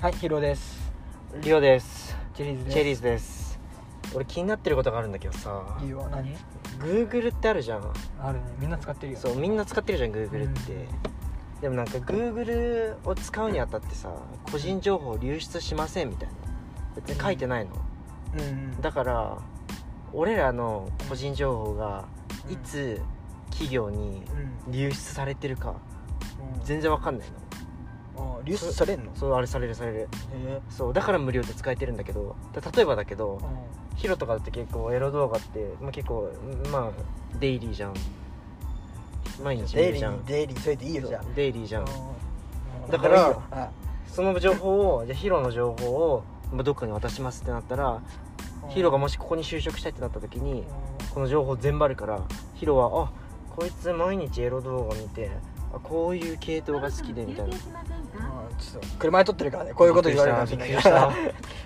はい、ヒロです。リオですチェリーズです。チェリーズです俺気になってることがあるんだけどさいいよ、何 Google ってあるじゃんあるね。みんな使ってるよ。そうみんな使ってるじゃん Google って、うんでもなんか Google を使うにあたってさ個人情報流出しませんみたいな別に書いてないの、うんうん。だから俺らの個人情報がうんいつ企業にうん。流出されてるかうん全然わかんないのあ流出されんのそうあれされるされるへえ。そうだから無料で使えてるんだけどだ例えばだけど、ヒロとかだって結構エロ動画って、まあ、結構まあデイリーじゃん毎日見デイるリじゃんーデイリーそれでいいよじゃあそうデイリーじゃんうんだからいいよあその情報をじゃあヒロの情報を、まあ、どっかに渡しますってなったらヒロがもしここに就職したいってなった時にこの情報全部あるからヒロはあこいつ毎日エロ動画見てあこういう系統が好きでみたいなうんちょっと車で撮ってるからねこういうこと言われるかもしれびなっくりいし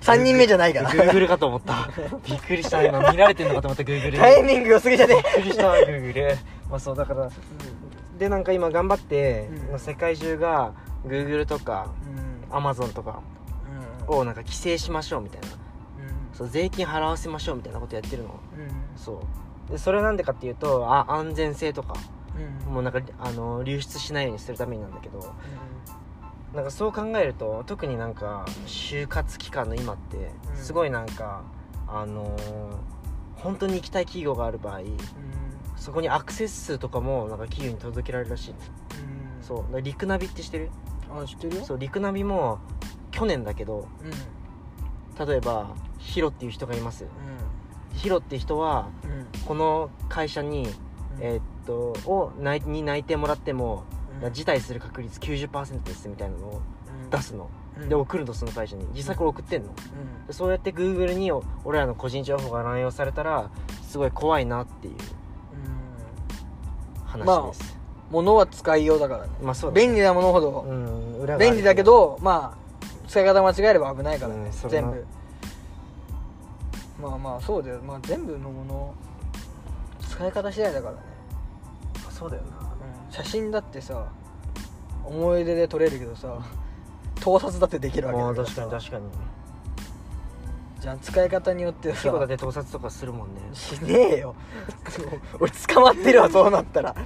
た3人目じゃないから グーグルかと思ったびっくりした今見られてんのかと思ったグーグルタイミング良すぎじゃねびっくりしたグーグルまあそうだからでなんか今頑張って、うんまあ世界中が Google とかうん。 Amazon とかう。をなんか規制しましょうみたいなんそう税金払わせましょうみたいなことやってるのうん。そうでそれはなんでかっていうとあ安全性とかうん。もうなんかあの流出しないようにするためになんだけどなんかそう考えると特になんか就活期間の今ってうんすごいなんか、あのー本当に行きたい企業がある場合そこにアクセス数とかもなんか企業に届けられるらしいのうん。そうだからリクナビってしてるうん。あ、知ってるよ。そうリクナビも去年だけどうん。うん。例えばヒロっていう人がいますヒロっていう人はうん。この会社に、えーっとを内に内定もらっても、うん辞退する確率90%ですみたいなのをうん出すの、うんで送るのその会社に実際これ送ってんの、うんでそうやって Google にお俺らの個人情報が乱用されたらすごい怖いなっていううん話です、物は使いようだからねまあ、そうだ便利なものほうどん裏がある便利だけどまあ使い方間違えれば危ないからうねんそれ全な部まあまあそうだよまあ全部のもの使い方次第だからねそうだよな写真だってさ思い出で撮れるけどさ盗撮だってできるわけあだあからさ確かに確かにじゃあ使い方によって結さ構だって盗撮とかするもんねしねえよ 俺捕まってるわそうなったらだっ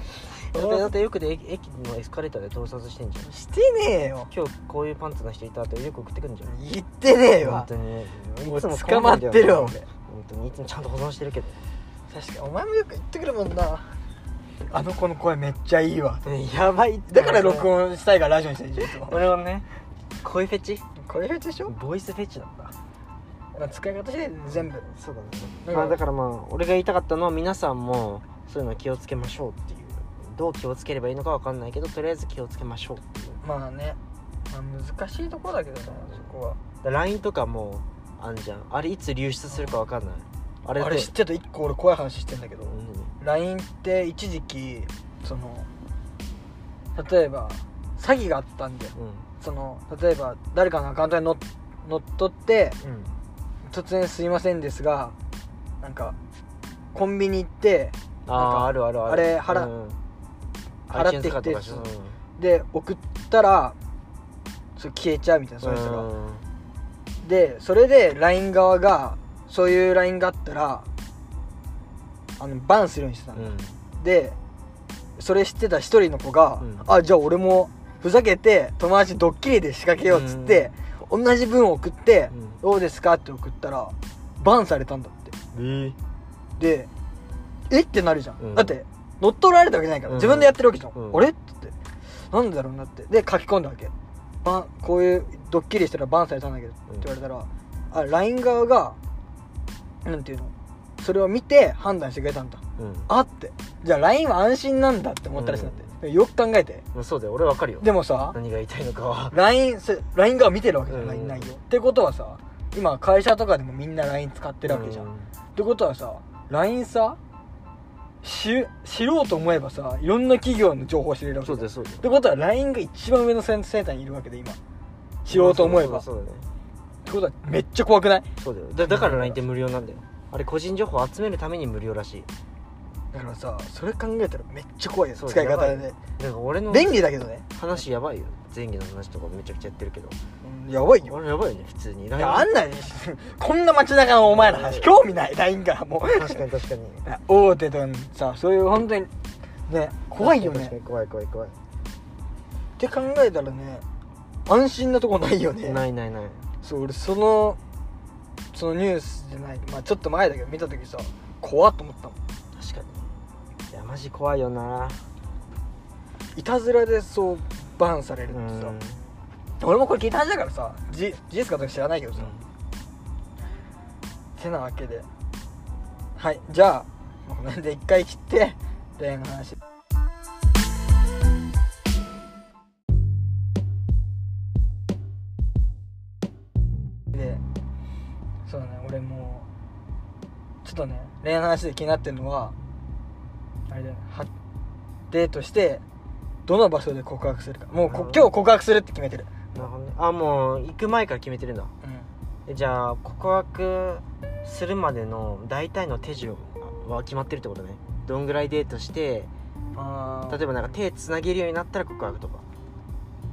てだってよくで駅駅のエスカレーターで盗撮してんじゃ んしてねえよ今日こういうパンツの人いたってよく送ってくんじゃん言ってねえ本わ当にもういつも捕まってるわ俺本当にいつもちゃんと保存してるけど 確かにお前もよく言ってくるもんなあの子の声めっちゃいいわやばいだから録音したいからラジオにしてるじゃんいつも俺はね声フェチこれでしょ、ボイスフェチなんだまあ、使い方次第で全部そうだだからねまあだからまあ俺が言いたかったのは皆さんもそういうの気をつけましょうっていうどう気をつければいいのかわかんないけどとりあえず気をつけましょうっていうまあね、まあ、難しいところだけどねそこはだから LINE とかもあんじゃんあれいつ流出するかわかんないああれれだ知ってた一個俺怖い話してんだけど、う LINE って一時期その例えば詐欺があったんだよんうんその例えば誰かのアカウントに乗っ乗っ取ってうん突然すいませんですがなんかコンビニ行ってなんあかーあるあるあるあれ払うん払ってきて iTunes カードとかしょで送ったらそれ消えちゃうみたいなそういう人が、うんでそれで LINE 側がそういう LINE があったらあのバンするようにしてたの、うんでそれ知ってた一人の子が、うんあじゃあ俺もふざけて友達ドッキリで仕掛けようっつって、同じ文を送って、うんどうですかって送ったらバンされたんだってえでえってなるじゃん、うんだって乗っ取られたわけじゃないから、うん自分でやってるわけじゃん、うんあれっつってなんでだろうなってで書き込んだわけバンこういうドッキリしたらバンされたんだけどってうん言われたら、あ LINE 側がなんていうのそれを見て判断してくれたんだうんあってじゃあ LINE は安心なんだって思ったらしいんだって、よく考えてまあそうだよ俺わかるよでもさ何が言いたいのかは LINE そ LINE 側見てるわけじゃん、うん LINE 内容ってことはさ今会社とかでもみんな LINE 使ってるわけじゃん、ってことはさ LINE さし知ろうと思えばさいろんな企業の情報を知れるわけそうじだゃんっよそうだよてことは LINE が一番上のセンターにいるわけで今知ろうと思えばっそうだねてことはめっちゃ怖くないそうだよだだから LINE って無料なんだよあれ個人情報集めるために無料らしいだからさそれ考えたらめっちゃ怖いよそう使いやば方いでだから俺の便利だけどね話やばいよ前戯の話とかめちゃくちゃやってるけどうんやばいよあれやばいよね普通にいやあ LINE んないこんな街中のお前ら話興味ない LINE からもう確かに確かに大手とさそういう本当にね怖いよ確かねに怖い怖い怖いって考えたらね安心なとこないよねないないないそう俺そのそのニュースじゃないまあちょっと前だけど見た時さ怖っと思ったもん確かにいやマジ怖いよないたずらでそうバンされるっうてんさ俺もこれ聞いた話だからさじ事実かどうか知らないけどさ、てなわけではいじゃあまあこの辺で一回切って恋愛の話でそうだね俺もうちょっとね恋愛の話で気になってるのはあれだよねはデートしてどの場所で告白するかもうこなるほど今日告白するって決めてる、なるほどねあもう行く前から決めてるんだうん、えじゃあ告白するまでの大体の手順は決まってるってことねどんぐらいデートしてあ例えばなんか手つなげるようになったら告白とか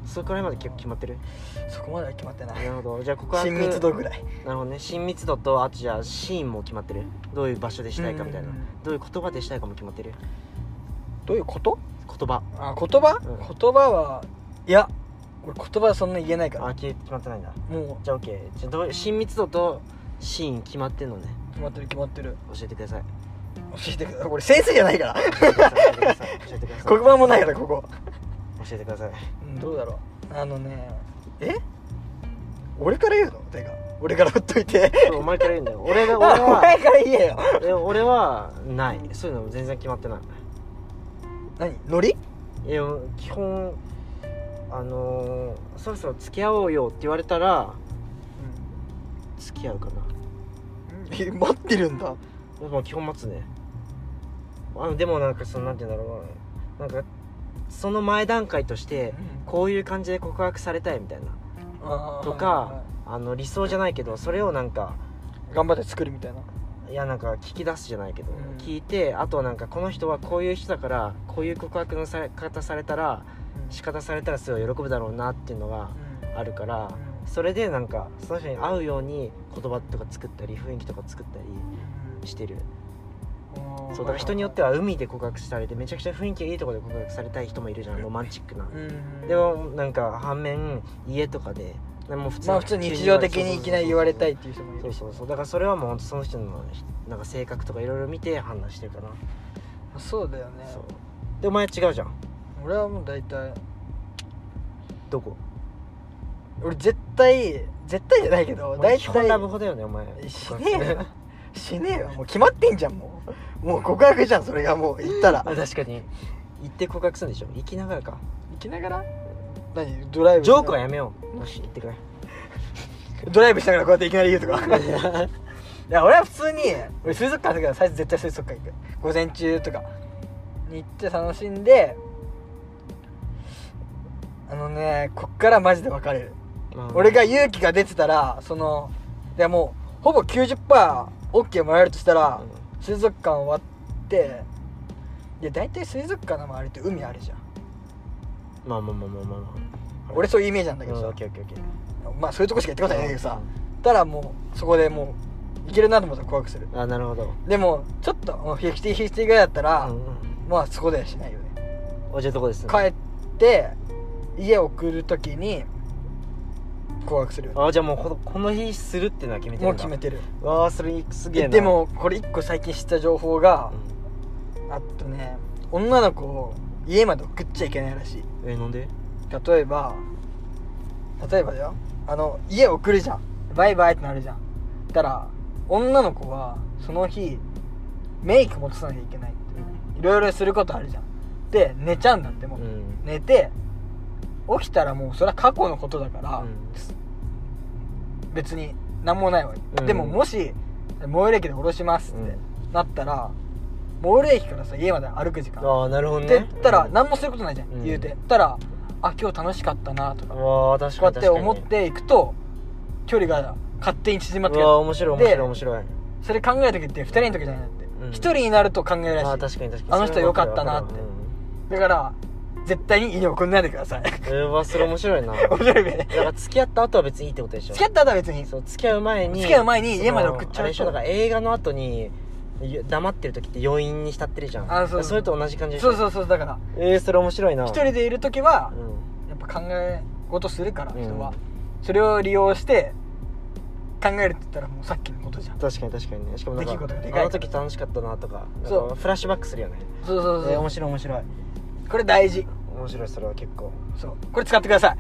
そこら辺まで結構決まってるばそこまでは決まってないなるほどじゃあ告白親密度ぐらいなるほどね親密度とあとじゃあシーンも決まってるどういう場所でしたいかみたいなうんうんうんどういう言葉でしたいかも決まってるどういうこと言葉あ言葉、うん言葉はいや俺言葉はそんな言えないからあ決決まってないんだもじゃあ OK じゃあどう親密度とシーン決まってんのねう決まってる決まってる教えてください教えてください俺先生じゃないから教えてください教えてください黒板もないから ここ、教えてくださいうん、どうだろうあのねえ俺から言うのてか俺からほっといてお前から言うんだよ俺があ俺お前はから言えよえ俺はないそういうの全然決まってない何ノリいや基本あのーそろそろ付き合おうよって言われたら付き合うかなえ待ってるんだ僕も基本待つねあのでもなんかそのなんて言うんだろうななんかその前段階としてこういう感じで告白されたいみたいなあーとはいはかあの理想じゃないけどそれをなんかい頑張って作るみたいないやなんか聞き出すじゃないけど、うん聞いてあとはなんかこの人はこういう人だからこういう告白のされ方されたら仕方されたらすごい喜ぶだろうなっていうのがあるから、それでなんかその人に合うように言葉とか作ったり雰囲気とか作ったりしてるそうだから人によっては海で告白されてめちゃくちゃ雰囲気がいいところで告白されたい人もいるじゃんロマンチックな、うんでもなんか反面家とかででも普まあ普通に日常的にいきなり言われたいっていう人もいそるうしそうそうだからそれはもう本当その人のなんか性格とかいろいろ見て判断してるかな、そうだよねそうでお前違うじゃん俺はもう大体どこ俺絶対絶対じゃないけど大基本ラブ体ホだよね お前しねえよしねえよもう決まってんじゃんもうもう告白じゃんそれがもう言った ら確かに行って告白するんでしょ行きながらか行きながら何ドライブジョークはやめようよし行ってくれドライブしながらこうやっていきなり言うとかいや俺は普通に俺水族館だけど最初絶対水族館行く午前中とかに行って楽しんであのねこっからマジで別れるまあ俺が勇気が出てたらそのいやもうほぼ 90%OK もらえるとしたら、う水族館終わっていや大体水族館の周りって海あるじゃん、んまあまあまあまあまあまあ俺そういうイメージなんだだけどけどささオッ、ケーオッケーオッケーまあそういうとこしか行ったことないんだけどさ、たらもうそこでもういけるなと思ったら怖くするあなるほどでもちょっと5050ぐらいだったら、うんうんまあそこではしないよねおじゃとこですね帰って家送るときに告白するよねあじゃあもうこのこの日するっていうのは決めてもるうんだ決めてるわあそれすげええなで、もこれ一個最近知った情報が、うあとね女の子を家まで送っちゃいけないらしいん、えなんで例えば例えばだよあの家送るじゃんバイバイってなるじゃんたら女の子はその日メイクも落とさなきゃいけないっていろいろすることあるじゃんで寝ちゃうんだってもう、うん寝て起きたらもうそれは過去のことだから、うん別に何もないわけ、うんでももし最寄り駅で降ろしますって、うなったら最寄り駅からさ家まで歩く時間ああなるほっどねて言ったらうん何もすることないじゃん、うん言うてたらあ今日楽しかったなとかこわあ確うやかっに確かにて思っていくと距離が勝手に縮まってくうるわあ面白い面で白い面白いそれ考える時って2人の時じゃないんだってうん1人になると考えるあらあしい確かに確かにあの人良かったなってそれはわかるわだから絶対に家に送んないでくださいえわそ れ面白 いなだ面白いねから付き合った後は別にいいってことでしょ付き合った後は別にそう付き合う前に付き合う前に家まで送っちゃうとあれでしょだから映画の後にゆ黙ってる時って余韻に浸ってるじゃんあそうそれと同じ感じでしょそうそうそうだからえー、それ面白いな一人でいる時はうやっぱ考え事するからうん人は、それを利用して考えるって言ったらもうさっきのことじゃんん確かに確かにねしかもなんか出来事がでかいかあらの時楽しかったなとかそうなんかフラッシュバックするよねそうそえー、面白い面白いこれ大事面白いそれは結構そうこれ使ってください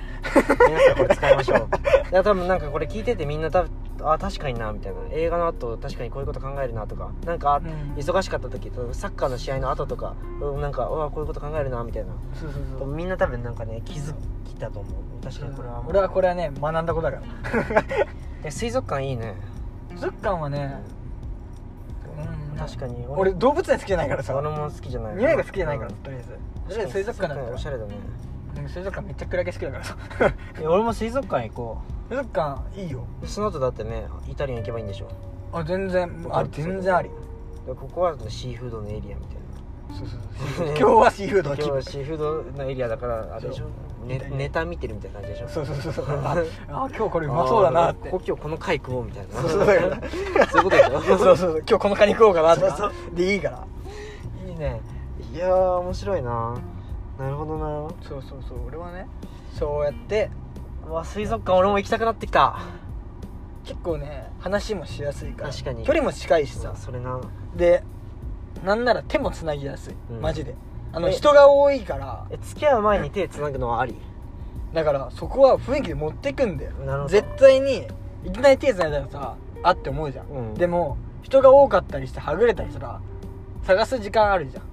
皆さんこれ使いましょう いや多分なんかこれ聞いててみんな多分あ確かになみたいな映画の後確かにこういうこと考えるなとかなんか、うん忙しかった時サッカーの試合の後とかうんなんかうわこういうこと考えるなみたいなそうそうそうみんな多分なんかね気づきたと思う確かにこれはもう俺はこれはね学んだことだからえ水族館いいね、ズッカンはねうん確かに俺動物園好きじゃないからさ俺も好きじゃない匂いが好きじゃないからうんとりあえずとりあえず水族館だからおしゃれだねうん水族館めっちゃクラゲ好きだから さ俺も水族館行こ水族館いいようその後だってねイタリアン行けばいいんでしょあ全然あ全然ありでここはシーフードのエリアみたいなそうそうそう今日はシーフードを今気日分はシーフードのエリアだからあれでしょ、ねイタリアンネタ見てるみたいな感じでしょそうそうそうそう ああ今日これうまそうだなってここ今日この回食おうみたいなそうそうだから そういうことでしょそうそうそう今日このカニ食おうかなとそうかでいいからいいねいやー面白いななるほどなそうそうそう俺はねそうやってうわ水族館俺も行きたくなってきた結構ね話もしやすいから確かに距離も近いしささそれなでなんなら手もつなぎやすい、うんマジであのえ人が多いからえ付き合う前に手つなぐのはありだからそこは雰囲気で持ってくんだよなるほど絶対にいきなり手つないだらさあって思うじゃん、うんでも人が多かったりしてはぐれたりしたら探す時間あるじゃん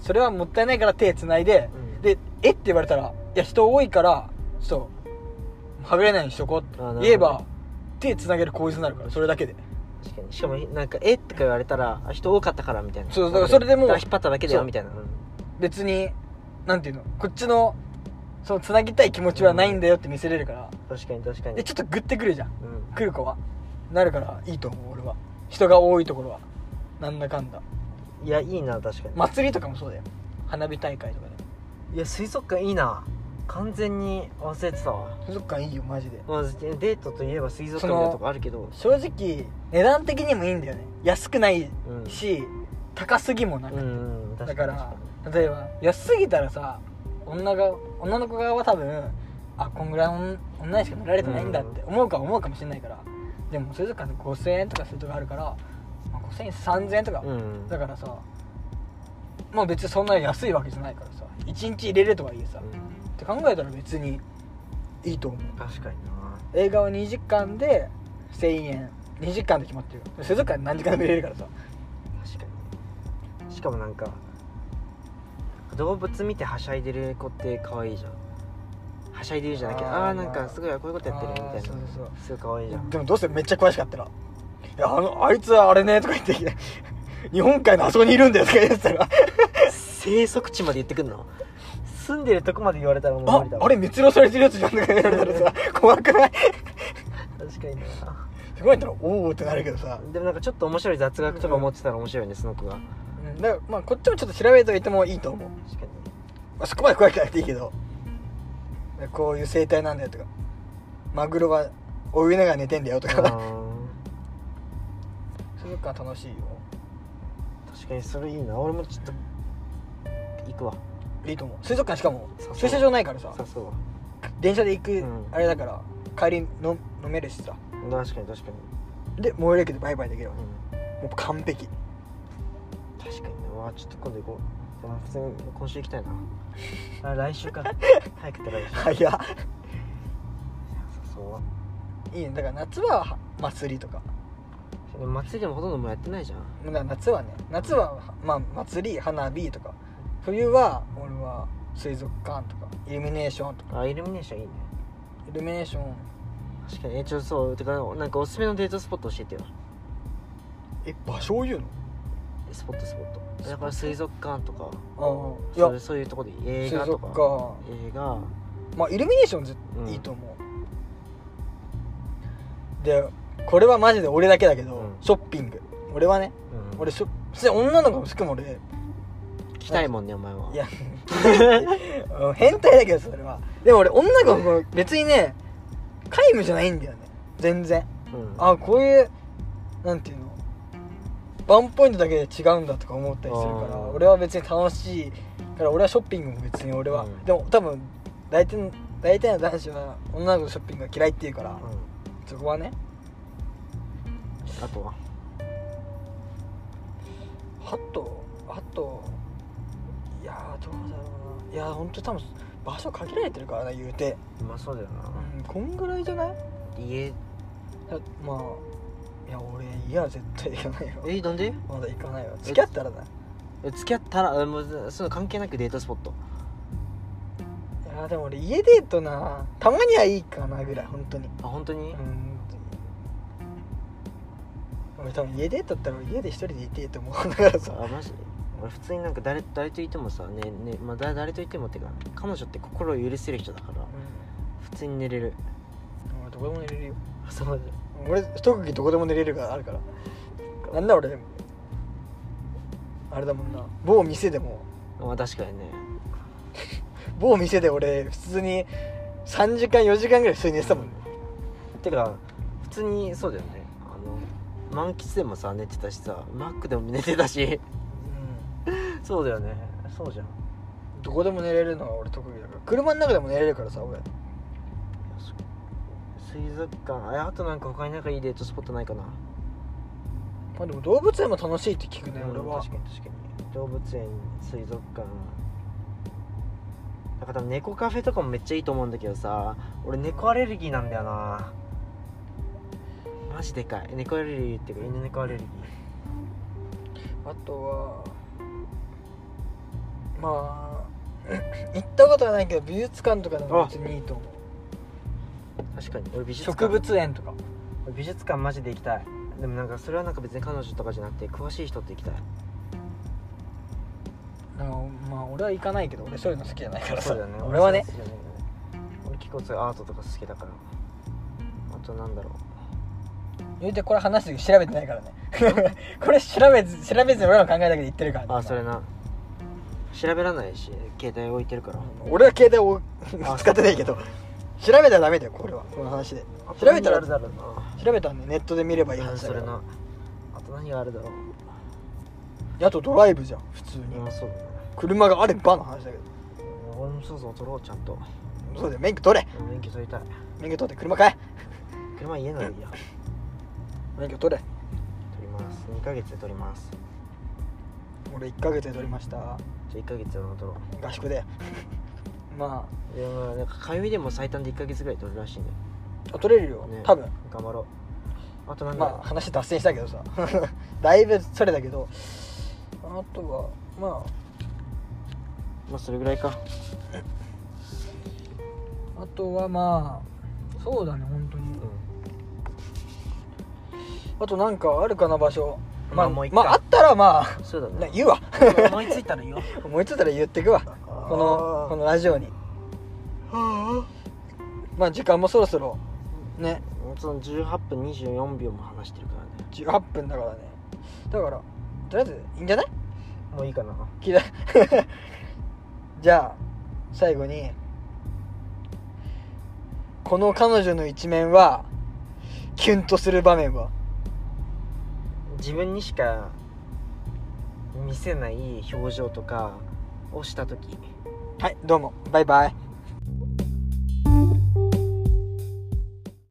それはもったいないから手つないで、うんで「えっ?」て言われたら「いや人多いからちょっとはぐれないようにしとこう」ってあなるほど言えば手つなげる構図になるからそれだけで確かにしかもなんか「えっ?」とか言われたらあ「人多かったから」みたいなそうだからそれでもうだから引っ張っただけだよそうみたいな別になんていうのこっちのそのつなぎたい気持ちはないんだよって見せれるから、確かに確かにでちょっとグッてくるじゃんうん来る子はなるからいいと思う俺は人が多いところはなんだかんだいやいいな確かに、祭りとかもそうだよ花火大会とかでいや水族館いいな完全に忘れてたわ、水族館いいよマジでまあ、デートといえば水族館みたいなとこあるけど正直値段的にもいいんだよね安くないうんし、高すぎもなくうて、んうんだ確かかに確から例えば安すぎたらさ女が女の子側は多分あこんぐらい女女にしか見られてないんだって思うか思うかもしれないから、でも水族館で5000円とかするとこあるから、まあ、5000円3000円とか、にうんだからさまあ別にそんな安いわけじゃないからさ1日入れるとはいえさ、って考えたら別にいいと思う確かにな映画は2時間で1000円2時間で決まってるよ水族館何時間でも入れるからさ確かにしかもなんか動物見てはしゃいでる子って可愛いじゃんはしゃいでるじゃなきゃあーああーなんかすごいこういうことやってるみあーたいそうなそうそうすごい可愛いじゃんでもどうせめっちゃ詳しかったら「いやあのあいつはあれね」とか言って「日本海のあそこにいるんだよ」とか言ってたら「生息地まで言ってくんの住んでるとこまで言われたらもう無あ理だわあれ密漁されてるやつじゃん」とか言われたらさ怖くない確かになそこやったら「おお」ってなるけどさ、でもなんかちょっと面白い雑学とか持ってたら面白いねその子がうん、だからまあこっちもちょっと調べておいてもいいと思う確かにまあそこまで詳しくなくていいけどこういう生態なんだよとかマグロは泳ぎながら寝てんだよとあかー水族館楽しいよ確かにそれいいな俺もちょっと行くわいいと思う水族館しかもそう駐車場ないからささそう電車で行くんあれだから帰りの飲めるしさ確かに確かに、で最寄り駅でバイバイできるわけうんもう完璧確かにねうわちょっと今度行こうでも普通に今週行きたい なあ来週か早くて来週早っそいいねだから夏は祭りとかうでも祭りでもほとんどもうやってないじゃんだから夏はね夏はまあ祭り花火とか冬は俺は水族館とかイルミネーションとかあイルミネーションいいねイルミネーション確かにえちょっとそうてかなんかおすすめのデートスポット教えてよえ場所を言うえスポットスポットだから水族館とかのああいそやうそういうとこでいい映水画と族か館映画まあイルミネーションずうんいいと思う、でこれはマジで俺だけだけど、うんショッピング俺はねうん俺しょ普通に女の子もしかも俺きたいもんねお前はいやうん変態だけどそれはでも俺女の子別にね皆無じゃないんだよね全然うん、あこういうなんていうのワンポイントだけで違うんだとか思ったりするかあらー俺は別に楽しいから俺はショッピングも別に俺は、うんでも多分大体の大体の男子は女の子のショッピングが嫌いっていうから、うんそこはねあとはあとあといやーどうだろうないやーほんと多分場所限られてるからな言うて、うまそうだよなうん、こんぐらいじゃない家だまあいや俺家は絶対行かないよえなんでまだ行かないよ付き合ったらだいえ付き合ったらえもうそう関係なくデートスポットやーでも俺家デートなたまにはいいかなぐらい本当にあ本当うに、ん俺多分家デートだったら俺家で一人でいてえと思うだからさあマジ俺普通になんか誰誰といてもさねね、まあ、だ誰といてもってか彼女って心を許せる人だからうん普通に寝れる俺どこでも寝れるよそう俺一茎どこでも寝れるからあるからなんだ俺あれだもんな某店でもまあ確かにね某店で俺普通に3時間4時間ぐらい普通に寝てたもんねてか普通にそうだよねあの満喫でもさ寝てたしさマックでも寝てたし そうだよねそうじゃんいどこでも寝れるのは俺特技だから車の中でも寝れるからさ俺やそう水族館ああとなんか他になんかいいデートスポットないかなまあでも動物園も楽しいって聞くねうん俺は確かに確かに動物園水族館だから多分猫カフェとかもめっちゃいいと思うんだけどさ俺猫アレルギーなんだよなマジでかい猫アレルギーっていうか犬猫アレルギあとはまあ 行ったことはないけど美術館とかでも別にいいと思うー確かに俺美術館植物園とか俺美術館マジで行きたいでもなんかそれはなんか別に彼女とかじゃなくて詳しい人って行きたいなんかまあ俺は行かないけど俺そういうの好きじゃないからさそうだよね 俺はねそうですよ俺結構そういうアートとか好きだからあとなんだろう言うてこれ話す時調べてないからね これ調べず調べずに俺の考えだけで言ってるからねあそれな調べらないし携帯置いてるから俺は携帯をあ 使ってないけど調べたらダメだよこれはこの話で調べたらあと何があるだろうな調べたんでネットで見ればいいうん話だそかれらなあと何があるだろうあとドライブじゃん普通にうんそうだね車があればの話だけど俺もそろそろ取ろうちゃんとそうだよ免許取れうん免許取りたい免許取って車買え車家ならいいや免許取れ取ります2ヶ月で取ります俺1ヶ月で取りましたじゃあ1ヶ月で取ろ合宿で まういやまあなんかかゆみでも最短で1ヶ月ぐらい取るらしいんだあ取れるよ、よね多分頑張ろうあとなんだろうまあ話脱線したけどさ だいぶそれだけどあとはままあそれぐらいかああとはまあそうだね本当にうあとなんかあるかな場所ままああ、もう一ま回あ、あったらまあんそうだなね言うわ思いついたら 言おう 思いついたら言ってくわこのこのラジオにまあ時間もそろそろねその18分24秒も話してるからね18分だからねだからとりあえずいいんじゃないもういいかな聞いた じゃあ最後にこの彼女の一面はキュンとする場面は自分にしか見せない表情とかをした時はいどうもバイバイ